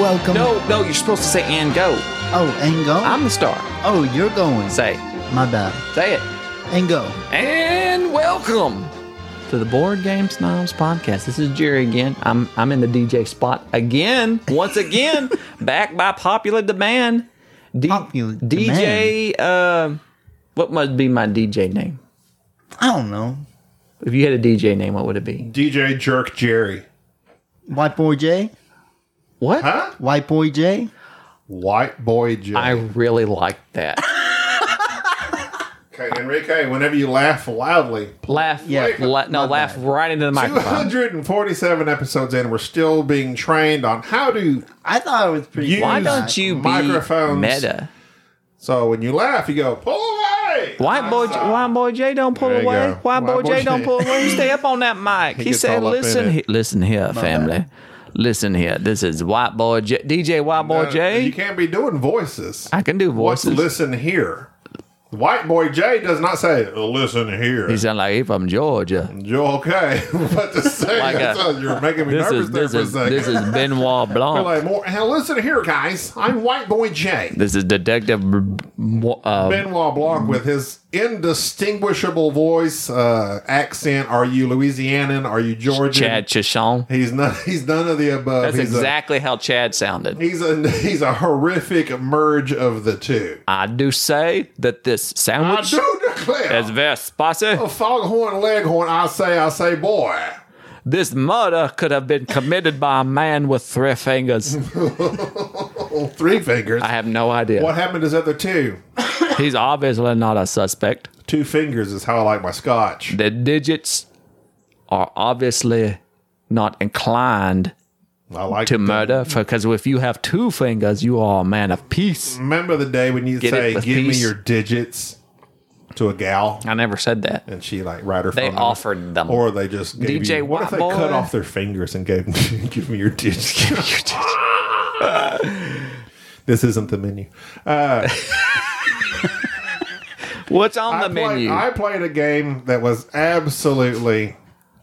Welcome. No, no, you're supposed to say and go. Oh, and go. I'm the star. oh, you're going. Say, My bad. say it. And go. And welcome to the Board Game Snobs podcast. This is Jerry again. I'm I'm in the DJ spot again, once again, back by popular demand. D- Popular DJ. Uh, what must be my DJ name? I don't know. If you had a DJ name, what would it be? DJ Jerk Jerry. White boy J. What? Huh? White boy J. White boy Jerry. I really like that. okay, Enrique, whenever you laugh loudly. laugh, Yeah, la- no, not laugh bad. plus right into the microphone. 247 episodes in, we're still being trained on how to. I thought it was pretty. You- cool. Why don't you be Microphones. meta? So when you laugh, you go, pull away! Uh, White boy, Outside. white boy Jay don't pull There you away. go. White boy White boy Jay don't Jay. pull away. You stay up on that mic. He, gets said, all up in "Listen, it. he- listen here, family. Listen here. This is white boy J- DJ White boy Uh, Jay. You can't be doing voices. I can do What's voices. listen here? White boy Jay does not say, "Uh, listen here. He sound like he from Georgia. You're okay. but to say, Like that's a- how you're making me This nervous is there this for is a 2nd this is Benoit Blanc. like, more, hey, listen here, guys. I'm White Boy Jay. This is Detective. Br- Uh, Benoit Blanc with his indistinguishable voice, uh, accent. Are you Louisianan? Are you Georgian? Chad Chishon. He's none. He's none of the above. That's he's exactly how Chad sounded. A, he's a he's a horrific merge of the two. I do say that this I sandwich do declare, is very spicy. a foghorn leghorn. I say, I say, boy. This murder could have been committed by a man with three fingers. Well, three fingers. I have no idea. what happened to his other two? He's obviously not a suspect. Two fingers is how I like my scotch. The digits are obviously not inclined I like to that. murder because if you have two fingers, you are a man of peace. Remember the day when you Get it say, with "Give me peace." your digits" to a gal, I never said that. and she like write her. They phone number. offered them. Or they just gave DJ you, what if White they Boy? cut off their fingers and gave give me your digits? this isn't the menu. What's on the I, played- menu? I played a game that was absolutely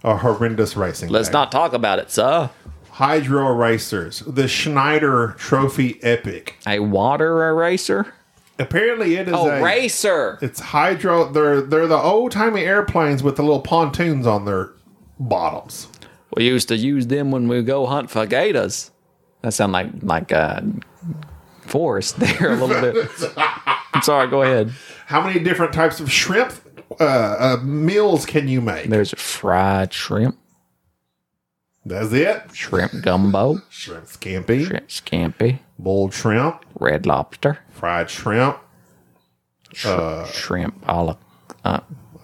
a horrendous racing. Let's game. not talk about it, sir. Hydro Racers, the Schneider Trophy Epic. A water eraser? Apparently, it is Oh, a racer. It's hydro. They're they're the old timey airplanes with the little pontoons on their bottoms. We used to use them when we go hunt for gators. That sound like like uh, forest there a little bit. I'm sorry. Go ahead. How many different types of shrimp uh, uh, meals can you make? There's fried shrimp, That's it. shrimp gumbo, Shrimp scampi, shrimp scampi, boiled shrimp, red lobster, fried shrimp. sh- Uh, shrimp a la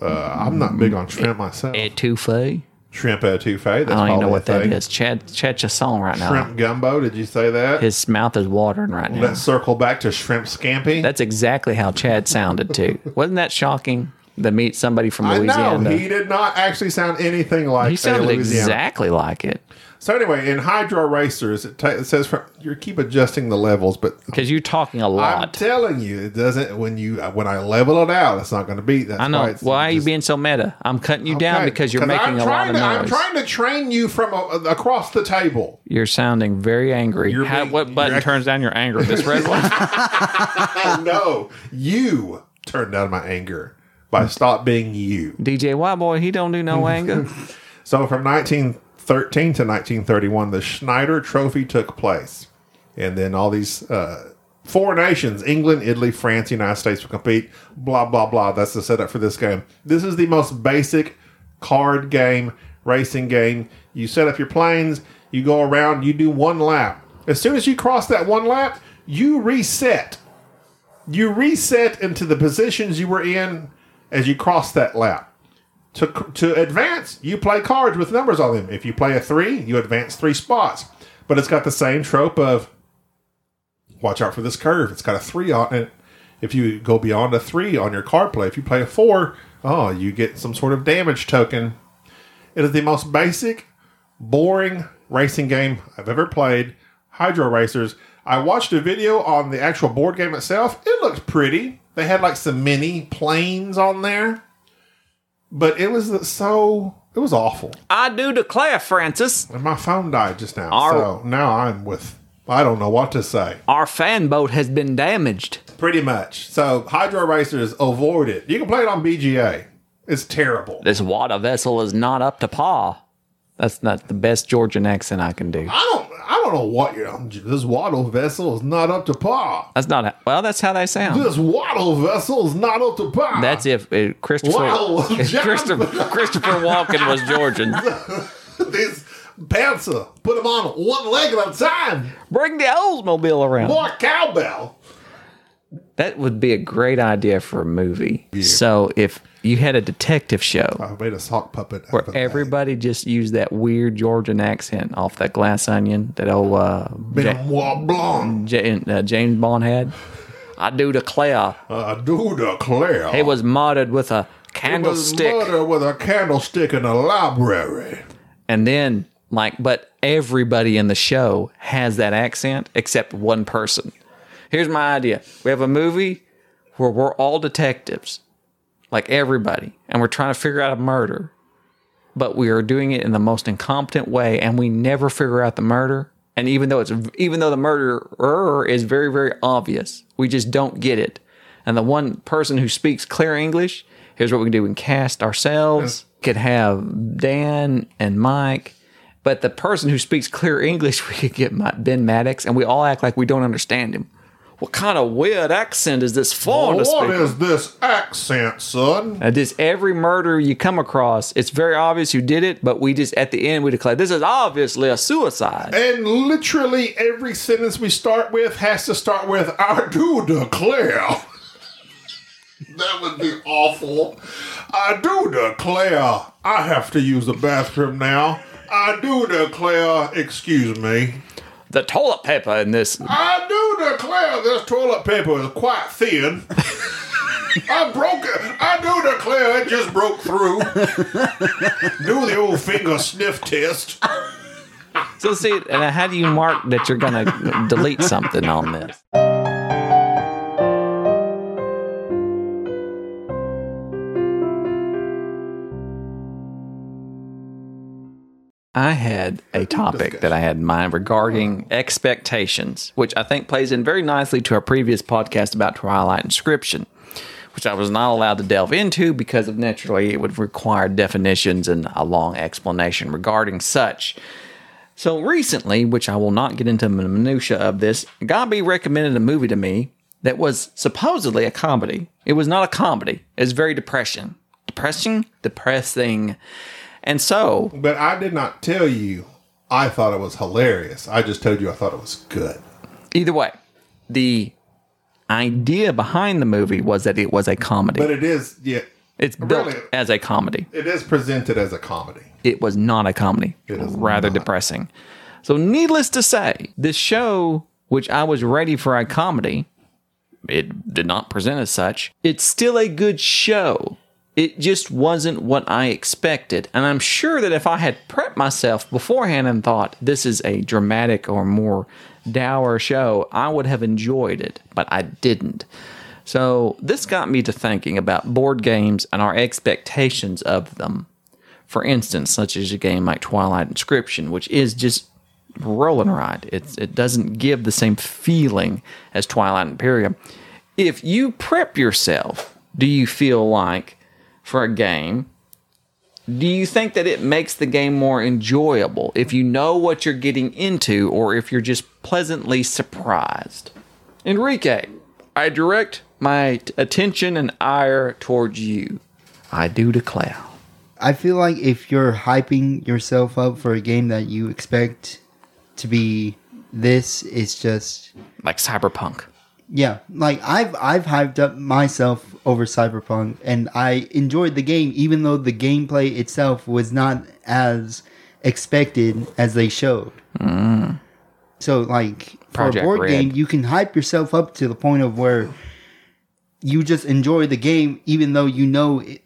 I'm not big on shrimp myself. etouffee. Shrimp etouffee. That's I don't even know probably a what that thing. is. Chad, Chad's a song right now. Shrimp gumbo. Did you say that? His mouth is watering right now. Let's circle back to shrimp scampi. That's exactly how Chad sounded too. Wasn't that shocking to meet somebody from I know Louisiana? he did not actually sound anything like he sounded a Louisiana. exactly like it. So anyway, in Hydro Racers, it, ta it says for, you keep adjusting the levels, but Because you're talking a I'm lot. telling you, it doesn't. When you when I level it out, it's not going to be. That's I know. Why, Why, it's are you just- being so meta? I'm cutting you down Okay, because you're 'cause making I'm a lot trying of to- I'm noise. trying to train you from a, across the table. You're sounding very angry. You're How, being- what button you're- turns down your anger? This red one? Oh no, you turned down my anger by stop being you. DJ White Boy, he don't do no anger. So from 19 13 to 1931, the Schneider Trophy took place. And then all these uh, four nations England, Italy, France, United States will compete. Blah, blah, blah. That's the setup for this game. This is the most basic card game, racing game. You set up your planes, you go around, you do one lap. As soon as you cross that one lap, you reset you reset into the positions you were in as you cross that lap. To, to advance, you play cards with numbers on them. If you play a three, you advance three spots. But it's got the same trope of watch out for this curve. It's got a three on it. If you go beyond a three on your card play, if you play a four, oh, you get some sort of damage token. It is the most basic, boring racing game I've ever played. Hydro Racers. I watched a video on the actual board game itself. It looked pretty. They had like some mini planes on there, but it was so it was awful. I do declare, Francis, And my phone died just now, Our- so now I'm with I don't know what to say. our fan boat has been damaged. Pretty much. So Hydro Racers, avoid it. You can play it on BGA. It's terrible. This water vessel is not up to par. That's not the best Georgian accent I can do. I don't. I don't know what you're. I'm- This waddle vessel is not up to par. That's not well. That's how they sound. This waddle vessel is not up to par. That's if uh, Christopher Wow, if John. Christopher Christopher Walken was Georgian. These pantser put him on one leg at a time. Bring the Oldsmobile around. More cowbell. That would be a great idea for a movie. So if you had a detective show I made a sock puppet. out of where a everybody just used that weird Georgian accent off that glass onion that old uh, bag. Ja- Benoit Blanc. J- uh, James Bond had, I do declare I do declare. he was murdered with a He Oh. was candlestick. murdered with a candlestick in a library. And then, like, but everybody in the show has that accent except one person. Here's my idea we have a movie where we're all detectives, like everybody, and we're trying to figure out a murder, but we are doing it in the most incompetent way and we never figure out the murder. And even though it's even though the murderer is very very obvious, we just don't get it. And the one person who speaks clear English, here's what we can do: we can cast ourselves, could have Dan and Mike, but the person who speaks clear English, we could get Ma- Ben Maddox, and we all act like we don't understand him. What kind of weird accent is this foreign? What to is speak? this accent, son? Uh, just every murder you come across, it's very obvious who did it, but we just at the end we declare this is obviously a suicide. And literally every sentence we start with has to start with "I do declare." that would be awful. I do declare. I have to use the bathroom now. I do declare. Excuse me. The toilet paper in this I do declare this toilet paper is quite thin. I broke it. I do declare it just broke through. do the old finger sniff test. So see, and how do you mark that you're gonna delete something on this? I had a topic that I had in mind regarding expectations, which I think plays in very nicely to our previous podcast about Twilight Inscription, which I was not allowed to delve into because of naturally it would require definitions and a long explanation regarding such. So recently, which I will not get into the minutia of this, Gabi recommended a movie to me that was supposedly a comedy. It was not a comedy. It was very depression. Depressing? Depressing. And so, But I did not tell you I thought it was hilarious. I just told you I thought it was good. either way, the idea behind the movie was that it was a comedy. But it is yeah, it's built really- as a comedy. it is presented as a comedy. it was not a comedy, is rather depressing. So, needless to say, this show, which I was ready for a comedy, it did not present as such. It's still a good show. It just wasn't what I expected. And I'm sure that if I had prepped myself beforehand and thought this is a dramatic or more dour show, I would have enjoyed it, but I didn't. So, this got me to thinking about board games and our expectations of them for instance, such as a game like Twilight Inscription, which is just rolling right. It's it doesn't give the same feeling as Twilight Imperium. If you prep yourself, do you feel like for a game Do you think that it makes the game more enjoyable if you know what you're getting into or if you're just pleasantly surprised? Enrique, I direct my t- attention and ire towards you. I do declare. I feel like if you're hyping yourself up for a game that you expect to be this, it's just Like cyberpunk. yeah. Like I've I've hyped up myself over Cyberpunk, and I enjoyed the game, even though the gameplay itself was not as expected as they showed. So like for Mm. Project a board Red. game, you can hype yourself up to the point of where you just enjoy the game, even though you know it,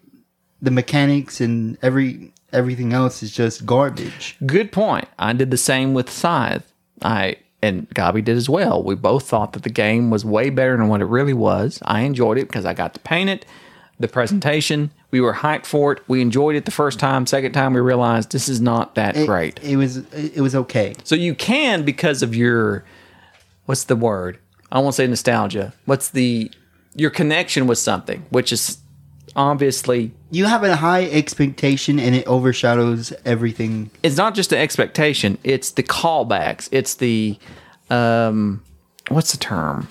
the mechanics and every everything else is just garbage. Good point. I did the same with Scythe. I and Gabi did as well. We both thought that the game was way better than what it really was. I enjoyed it because I got to paint it, the presentation. We were hyped for it. We enjoyed it the first time. Second time, we realized this is not that It- great. It was it was okay. So you can because of your what's the word? I won't say nostalgia. What's the your connection with something, which is obviously You have a high expectation, and it overshadows everything. it's not just the expectation, it's the callbacks, it's the um what's the term?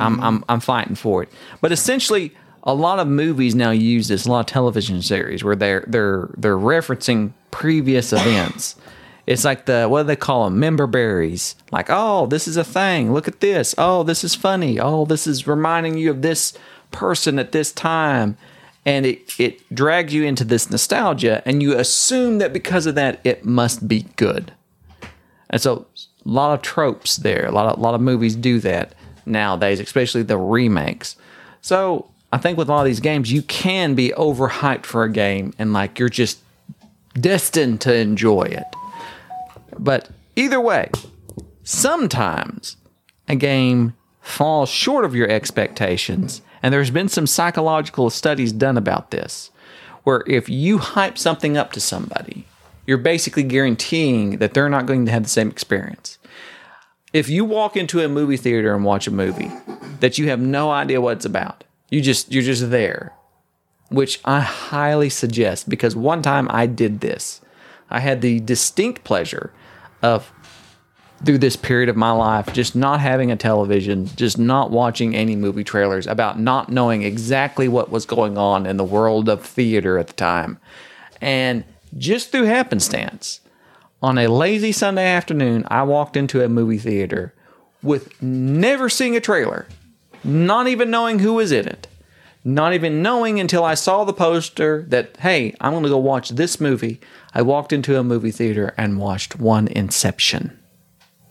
I'm I'm I'm fighting for it. But essentially a lot of movies now use this, a lot of television series where they're they're they're referencing previous events. It's like the what do they call them? Member berries. Like, oh, this is a thing. Look at this. Oh, this is funny. Oh, this is reminding you of this person at this time and it it drags you into this nostalgia and you assume that because of that it must be good and so a lot of tropes there a lot of, lot of movies do that nowadays especially the remakes so i think with a lot of these games you can be overhyped for a game and like you're just destined to enjoy it but either way sometimes a game falls short of your expectations, and there's been some psychological studies done about this, where if you hype something up to somebody, you're basically guaranteeing that they're not going to have the same experience. If you walk into a movie theater and watch a movie that you have no idea what it's about, you just you're just there, which I highly suggest because one time I did this. I had the distinct pleasure of through this period of my life, just not having a television, just not watching any movie trailers, about not knowing exactly what was going on in the world of theater at the time. And just through happenstance, on a lazy Sunday afternoon, I walked into a movie theater with never seeing a trailer, not even knowing who was in it, not even knowing until I saw the poster that, hey, I'm going to go watch this movie. I walked into a movie theater and watched One Inception.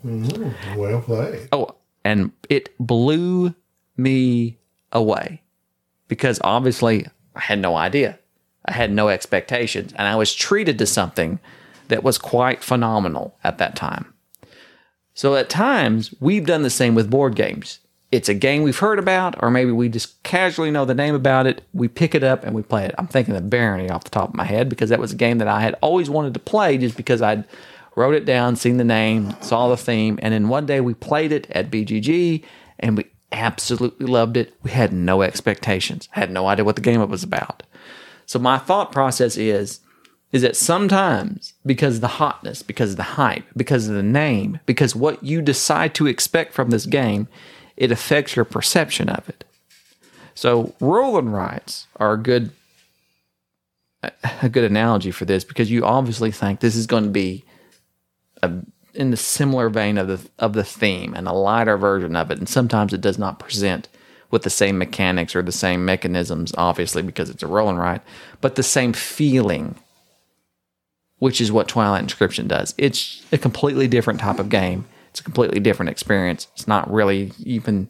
Well played. Oh, and it blew me away because obviously I had no idea. I had no expectations, and I was treated to something that was quite phenomenal at that time. So at times, we've done the same with board games. It's a game we've heard about, or maybe we just casually know the name about it. We pick it up and we play it. I'm thinking of Barony off the top of my head because that was a game that I had always wanted to play just because I'd wrote it down, seen the name, saw the theme, and then one day we played it at BGG and we absolutely loved it. We had no expectations, had no idea what the game was about. So my thought process is is that sometimes because of the hotness, because of the hype, because of the name, because what you decide to expect from this game, it affects your perception of it. So rolling rights are a good a good analogy for this because you obviously think this is going to be a, in the similar vein of the of the theme and a lighter version of it, and sometimes it does not present with the same mechanics or the same mechanisms, obviously because it's a rolling right, but the same feeling which is what Twilight Inscription does. It's a completely different type of game. It's a completely different experience. It's not really even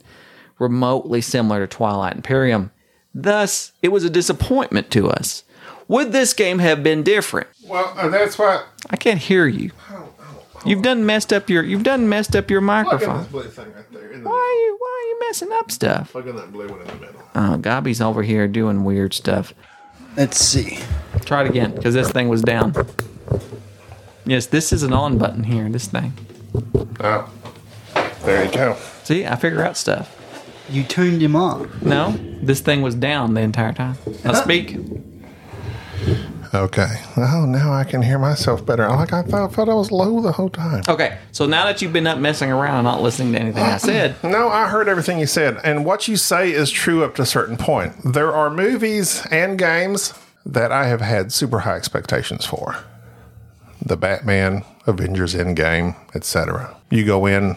remotely similar to Twilight Imperium. Thus, it was a disappointment to us. Would this game have been different? Well, uh, and that's why. I can't hear you. You've done messed up your you've done messed up your Look at microphone. this blue thing right there. In the Why middle. are you why are you messing up stuff? Look at that blue one in the middle. Oh, Gabi's over here doing weird stuff. Let's see. Try it again, because this thing was down. Yes, this is an on button here, this thing. Oh, there you go. See, I figure out stuff. You turned him off. No, this thing was down the entire time. Now speak. Okay. Oh, now I can hear myself better. I Like I thought, I thought I was low the whole time. Okay, so now that you've been up messing around, and not listening to anything I said, No, I heard everything you said, and what you say is true up to a certain point. There are movies and games that I have had super high expectations for. The Batman, Avengers Endgame, etc. You go in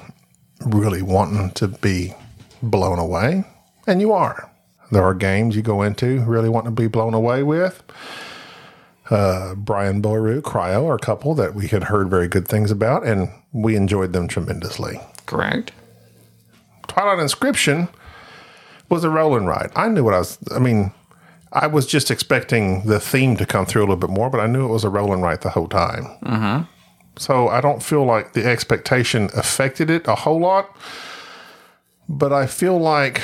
really wanting to be blown away, and you are. There are games you go into really wanting to be blown away with. Uh, Brian Boru, Cryo are a couple that we had heard very good things about, and we enjoyed them tremendously. correct? Twilight Inscription was a rolling ride. I knew what I was. I mean, I was just expecting the theme to come through a little bit more, but I knew it was a rolling ride the whole time. Mm-hmm. So I don't feel like the expectation affected it a whole lot, but I feel like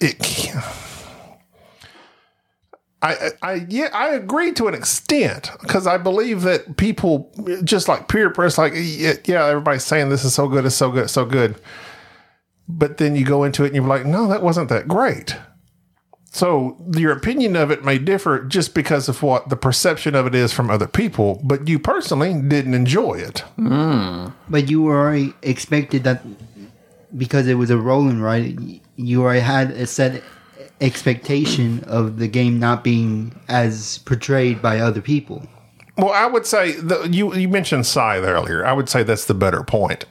it. can- I, I I- yeah I agree to an extent because I believe that people just like peer pressure like yeah, yeah everybody's saying this is so good it's so good it's so good but then you go into it and you're like no that wasn't that great so your opinion of it may differ just because of what the perception of it is from other people but you personally didn't enjoy it But you were already expected that because it was a rolling right, you already had a set expectation of the game not being as portrayed by other people. Well, I would say the, you you mentioned Scythe earlier. I would say that's the better point.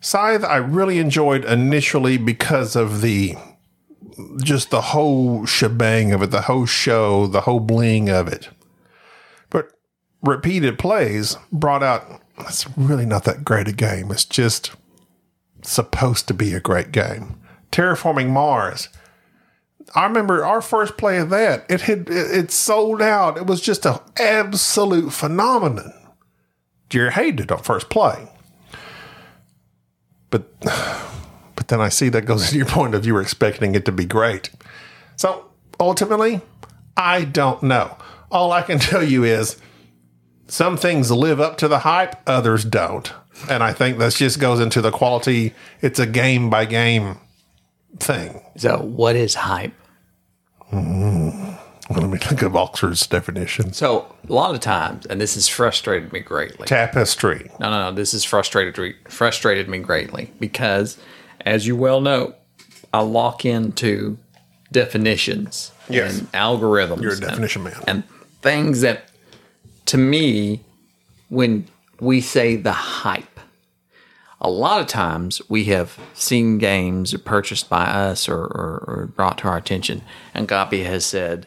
Scythe, I really enjoyed initially because of the just the whole shebang of it, the whole show, the whole bling of it. But repeated plays brought out it's really not that great a game. It's just supposed to be a great game. Terraforming Mars. I remember our first play of that. It had it, it sold out. It was just an absolute phenomenon. Jerry Hayden did our first play, but but then I see that goes to your point of you were expecting it to be great. So ultimately, I don't know. All I can tell you is some things live up to the hype, others don't, and I think that just goes into the quality. It's a game by game thing. So, what is hype? Well, let me think of Oxford's definitions. So, a lot of times, and this has frustrated me greatly. Tapestry. No, no, no. This has frustrated frustrated me greatly because, as you well know, I lock into definitions Yes. and algorithms. You're a and- definition man. and things that, to me, when we say the hype, a lot of times we have seen games purchased by us or, or, or brought to our attention, and Gopi has said,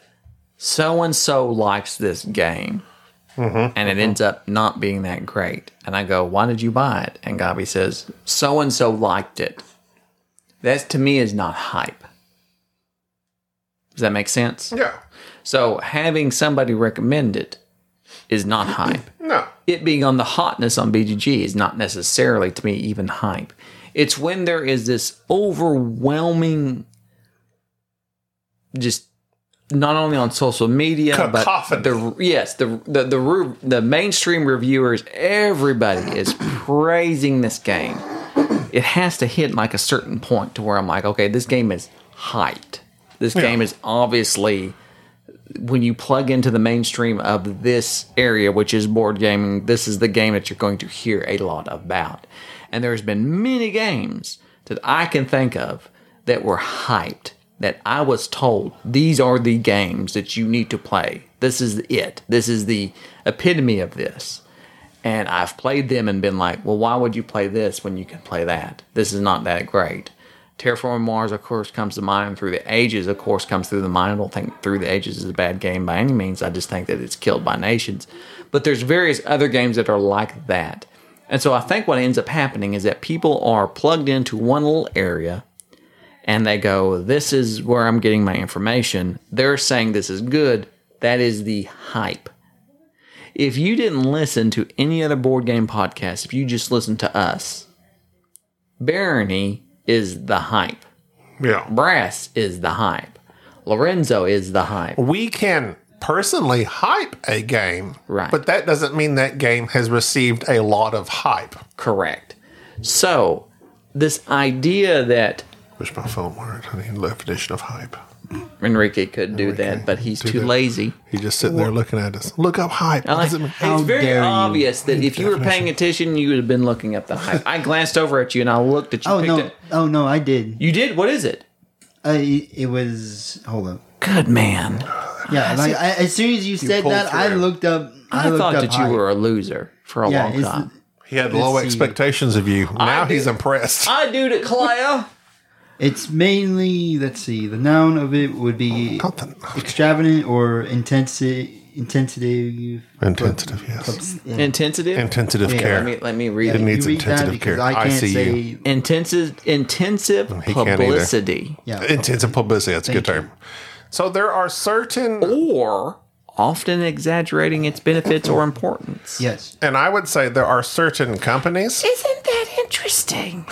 "So and so likes this game." and it ends up not being that great. And I go, why did you buy it? And Gabi says, so and so liked it. That to me is not hype. Does that make sense? Yeah. So having somebody recommend it is not hype. No. It being on the hotness on BGG is not necessarily to me even hype. It's when there is this overwhelming, just not only on social media, Cacophony. but the yes, the the the, ru- the mainstream reviewers, everybody is praising this game. It has to hit like a certain point to where I'm like, okay, this game is hyped. This game is obviously when you plug into the mainstream of this area, which is board gaming, this is the game that you're going to hear a lot about. And there's been many games that I can think of that were hyped, that I was told these are the games that you need to play. This is it. This is the epitome of this. And I've played them and been like, well, why would you play this when you can play that? This is not that great. Terraforming Mars, of course, comes to mind. Through the Ages, of course, comes through the mind. I don't think Through the Ages is a bad game by any means. I just think that it's killed by nations. But there's various other games that are like that. And so I think what ends up happening is that people are plugged into one little area and they go, This is where I'm getting my information. They're saying this is good. That is the hype if you didn't listen to any other board game podcast, if you just listened to us, Barony is the hype. Yeah. Brass is the hype. Lorenzo is the hype. We can personally hype a game, Right. But that doesn't mean that game has received a lot of hype. Correct. So, this idea that Wish my phone were. I need a definition of hype. Enrique could do that, but he's too that. lazy. He's just sitting there looking at us. Look up hype. What Like, does it mean? How it's very dare you. obvious that if you were paying attention, you would have been looking up the hype. I glanced over at you and I looked at you. Oh picked no! it. Oh no! I did. You did? What is it? Uh, it was. Hold up. Good man. Ah, Yeah, like I, as soon as you, said pulled that, I through. looked up. I, I, looked thought up that high. you were a loser for a Yeah, long it's- time. He had low Let's see. expectations of you. Now do. he's impressed. I do declare. It's mainly let's see. The noun of it would be Something. extravagant or intensity. Intensity. Intensive, yes. Intensive. Intensive Yeah, care. Let me let me read It it. needs You read that intensive because care. I can't ICU. say. Intensive intensive He can't either. publicity Yeah. Intensive publicity. That's a good Thank term. So there are certain, or often exaggerating its benefits or importance. Yes. and I would say there are certain companies. Isn't that interesting?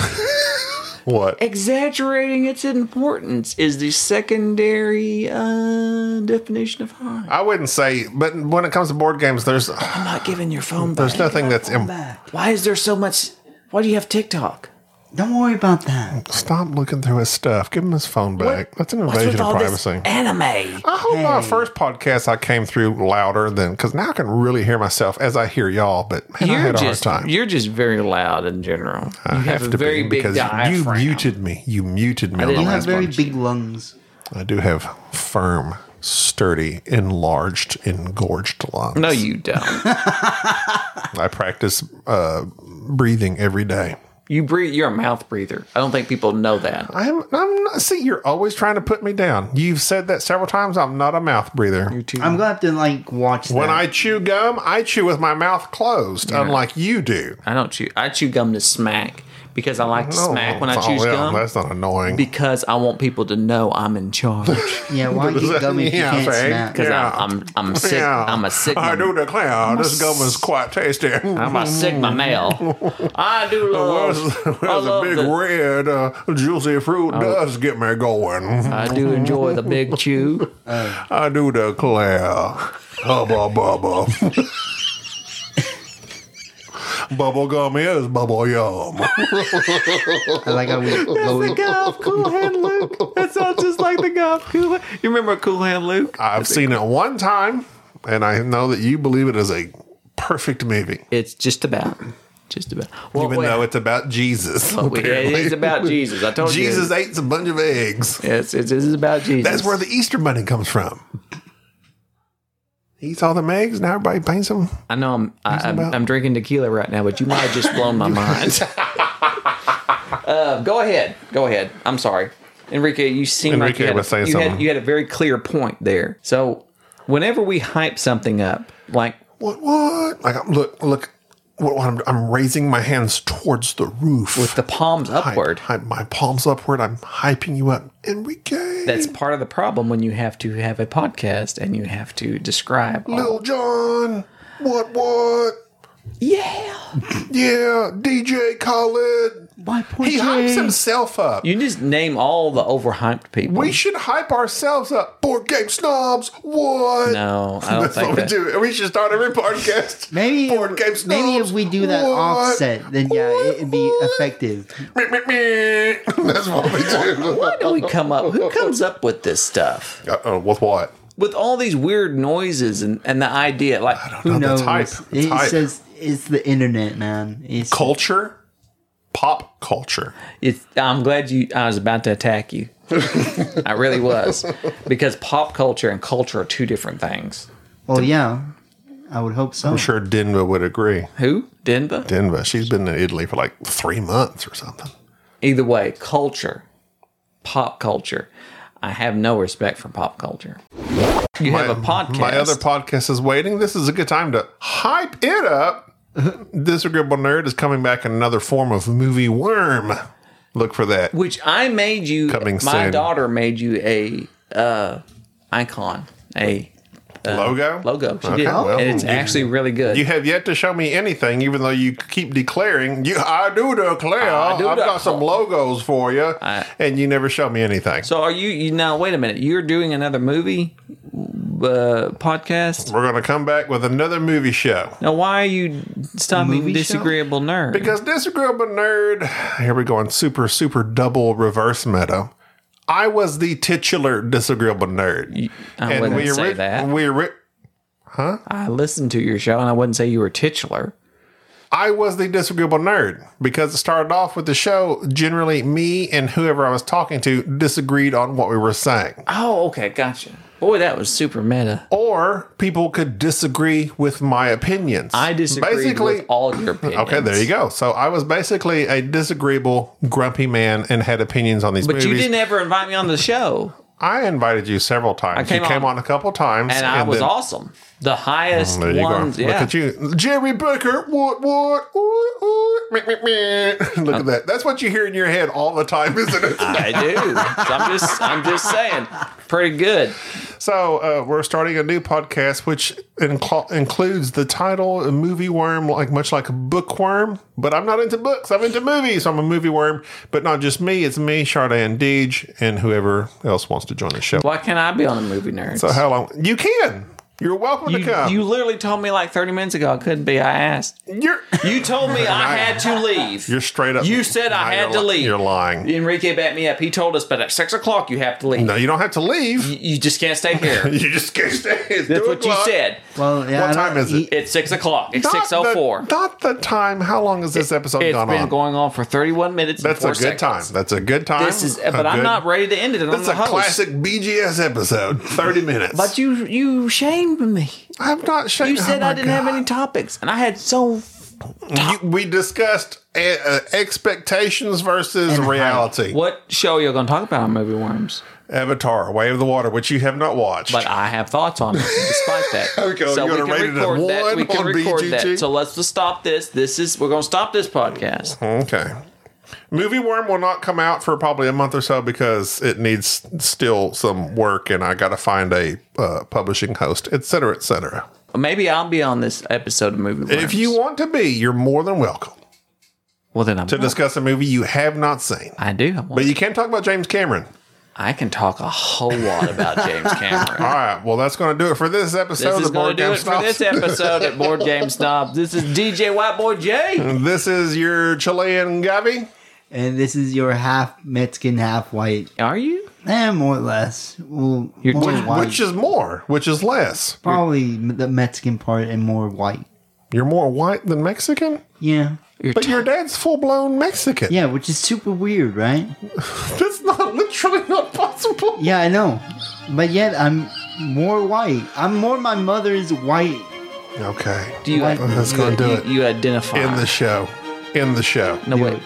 What? exaggerating its importance is the secondary uh, definition of harm. I wouldn't say, but when it comes to board games, there's I'm not giving your phone back. there's nothing that's Im- Why is there so much? Why do you have TikTok? Don't worry about that. Stop looking through his stuff. Give him his phone back. That's an What's with invasion of all privacy. this anime? I hope my first podcast I came through louder than because now I can really hear myself as I hear y'all. But man, I You're had a just hard time. you're just very loud in general. I you have, a very big you diaphragm. muted me. You muted me. on the didn't You have last very one. big lungs. I do have firm, sturdy, enlarged, engorged lungs. No, you don't. I practice uh, breathing every day. you breathe. You're a mouth breather. I don't think people know that. I'm, I'm not, see, you're always trying to put me down. You've said that several times. I'm not a mouth breather. I'm gonna have to like watch. When that. I chew gum, I chew with my mouth closed, unlike you do. I don't chew. I chew gum to smack because I like to smack when I Oh, chew well, gum. That's not annoying. because I want people to know I'm in charge. yeah, why get gummy if you Yeah, can't right. snap? Because Yeah. I'm, I'm, I'm sick. I'm a Sigma. I I do declare, this gum is quite tasty. am a Sigma male. I do love. Where's, I where's the love big the- red uh, juicy fruit does get me going. I do enjoy the big chew. I do declare. Hubba bubba. bubble gum is bubble yum. I like how we low it. Golf Cool Hand Luke. That sounds just like the golf Cool Hand. You remember Cool Hand Luke? I've seen it one time, and I know that you believe it is a perfect movie, It's just about. Just about. Well, even wait, though it's about Jesus. but we- it apparently. is about Jesus. I told you. Jesus ate a bunch of eggs. Yes, it is about Jesus. That's where the Easter Bunny comes from. He Eats all the eggs. Now everybody paints them. I know I'm I, I'm, I'm drinking tequila right now, but you might have just blown my mind. uh, go ahead, go ahead. I'm sorry, Enrique. You seem like Enrique you had, was saying you, had, something. you had a very clear point there. So, whenever we hype something up, like What? What? Like, I'm- look, look. What, what I'm, I'm raising my hands towards the roof. with the palms upward, I, my palms upward. I'm hyping you up, Enrique. that's part of the problem when you have to have a podcast and you have to describe. all- Little John. What? What? yeah, Yeah, DJ Khaled. my point. He hypes himself up. You just name all the overhyped people. We should hype ourselves up. Board game snobs. What? no, I don't That's think what we that- do. We should start every podcast. Maybe board game snobs. maybe if we do that What? offset, then yeah, What? it'd be What? effective. Meh, meh, meh. That's what we do. Why do we come up? Who comes up with this stuff? Uh-oh, with what? with all these weird noises and, and the idea like Who No, knows? that's hype. That's it hype. says it's the internet, man. It's Culture, pop culture. it's i'm glad you i was about to attack you i really was because pop culture and culture are two different things well, yeah. I would hope so. I'm sure Denver would agree. who denver Denver, she's been in Italy for like three months or something. either way culture pop culture i have no respect for pop culture you have a podcast My other podcast is waiting. This is a good time to hype it up. Disagreeable Nerd is coming back in another form of movie worm. Look for that. which i made you Coming my soon. daughter made you a uh icon a logo? logo she Okay, did well, and it's you- actually really good You have yet to show me anything, even though you keep declaring. You, I do declare. I do I've got declare. some logos for you, and you never show me anything. So are you, you now? Wait a minute. You're doing another movie uh, podcast. We're going to come back with another movie show Now, why are you stopping Movie show? disagreeable nerd? because disagreeable nerd. Here we go on super super double reverse meta. I was the titular disagreeable nerd. I wouldn't say ori- that. We ori- I listened to your show and I wouldn't say you were titular. I was the disagreeable nerd because it started off with the show. Generally, me and whoever I was talking to disagreed on what we were saying, Oh, okay, gotcha. Boy, that was super meta. or people could disagree with my opinions. I disagree with all your opinions. Okay, there you go. So I was basically a disagreeable, grumpy man and had opinions on these But movies. you didn't ever invite me on the show, I invited you several times. came you came on- on, a couple times, and I was then- Oh, awesome. The highest There you ones. go. Yeah. Look at you, Jerry Booker. What? What? Ooh, ooh, meh, meh, meh. Look at that. That's what you hear in your head all the time, isn't it? Uh, I do. So I'm just, I'm just saying, pretty good. So uh, we're starting a new podcast, which incl- includes the title a "Movie Worm," like much like a bookworm. But I'm not into books; I'm into movies. I'm a movie worm, but not just me. It's me, Sharday, and Deej, and whoever else wants to join the show. Why can't I be on the movie nerd? So how long? You can. You're welcome to you, come. you literally told me like 30 minutes ago I couldn't be. I asked. You, are You told me I had to leave. you're straight up. You said I Now had you're to li- leave. You're lying. Enrique backed me up. He told us, but at six o'clock you have to leave. No, you don't have to leave. You just can't stay here. You just can't stay. It's That's two what you o'clock. said. Well, yeah, What I don't- time is it? It's six o'clock. It's Not the- six o four. Not the time. How long has this episode It's gone been on? going on for thirty one minutes. That's a and good four time. seconds. That's a good time. This is, A but I'm good- not ready to end it. I'm That's the a host. classic BGS episode. Thirty minutes. But you, you shamed me. I'm not oh sure. You said I didn't have any topics, and I had so You, we discussed uh, uh, expectations versus reality. What show are you going to talk about on Movie Worms? Avatar: Way of the Water, which you have not watched. But I have thoughts on it, despite that. Okay, so you're we gonna can rate it a record that. one We can on record BGG? that. So let's just stop this. This is we're going to stop this podcast. okay. Movie Worm will not come out for probably a month or so because it needs still some work, and I got to find a uh, publishing host, et cetera, et cetera. Maybe I'll be on this episode of Movie Worms. If you want to be, you're more than welcome well, then I'm. to discuss a movie you have not seen. I do. I, But want, you can talk about James Cameron. I can talk a whole lot about James Cameron. All right. Well, that's going to do it for this episode this of is the going Board to do Game it for Snobs. this episode at Board Game Snobs. This is DJ White Boy J. This is your Chilean Gavi. And this is your half Mexican, half white, Are you? and more or less. Well, You're- more which- white. Which is more? Which is less? probably the Mexican part and more white. You're more white than Mexican, Yeah, You're but your dad's full blown Mexican. yeah, which is super weird, right? That's not literally not possible. Yeah, I know, but yet I'm more white. I'm more my mother's white. Okay. do you? White. That's you- going to do you- it. You identify End the show. End the show. No wait.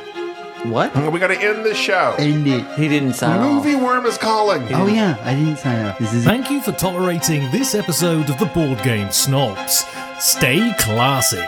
What? We got to end the show. End it. He didn't sign off. Movie Worm is calling. Oh yeah, I didn't sign up. This is Thank you for tolerating this episode of the Board Game Snobs. Stay classy.